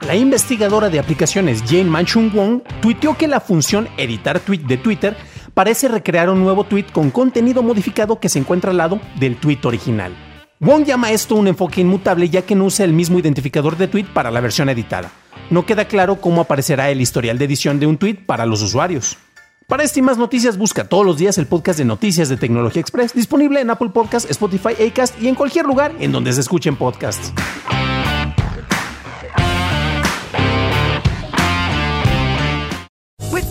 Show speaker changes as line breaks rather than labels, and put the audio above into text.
La investigadora de aplicaciones Jane Manchung Wong tuiteó que la función editar tweet de Twitter parece recrear un nuevo tweet con contenido modificado que se encuentra al lado del tweet original. Wong llama esto un enfoque inmutable ya que no usa el mismo identificador de tweet para la versión editada. No queda claro cómo aparecerá el historial de edición de un tweet para los usuarios. Para este y más noticias, busca todos los días el podcast de Noticias de Tecnología Express, disponible en Apple Podcasts, Spotify, Acast y en cualquier lugar en donde se escuchen podcasts.
With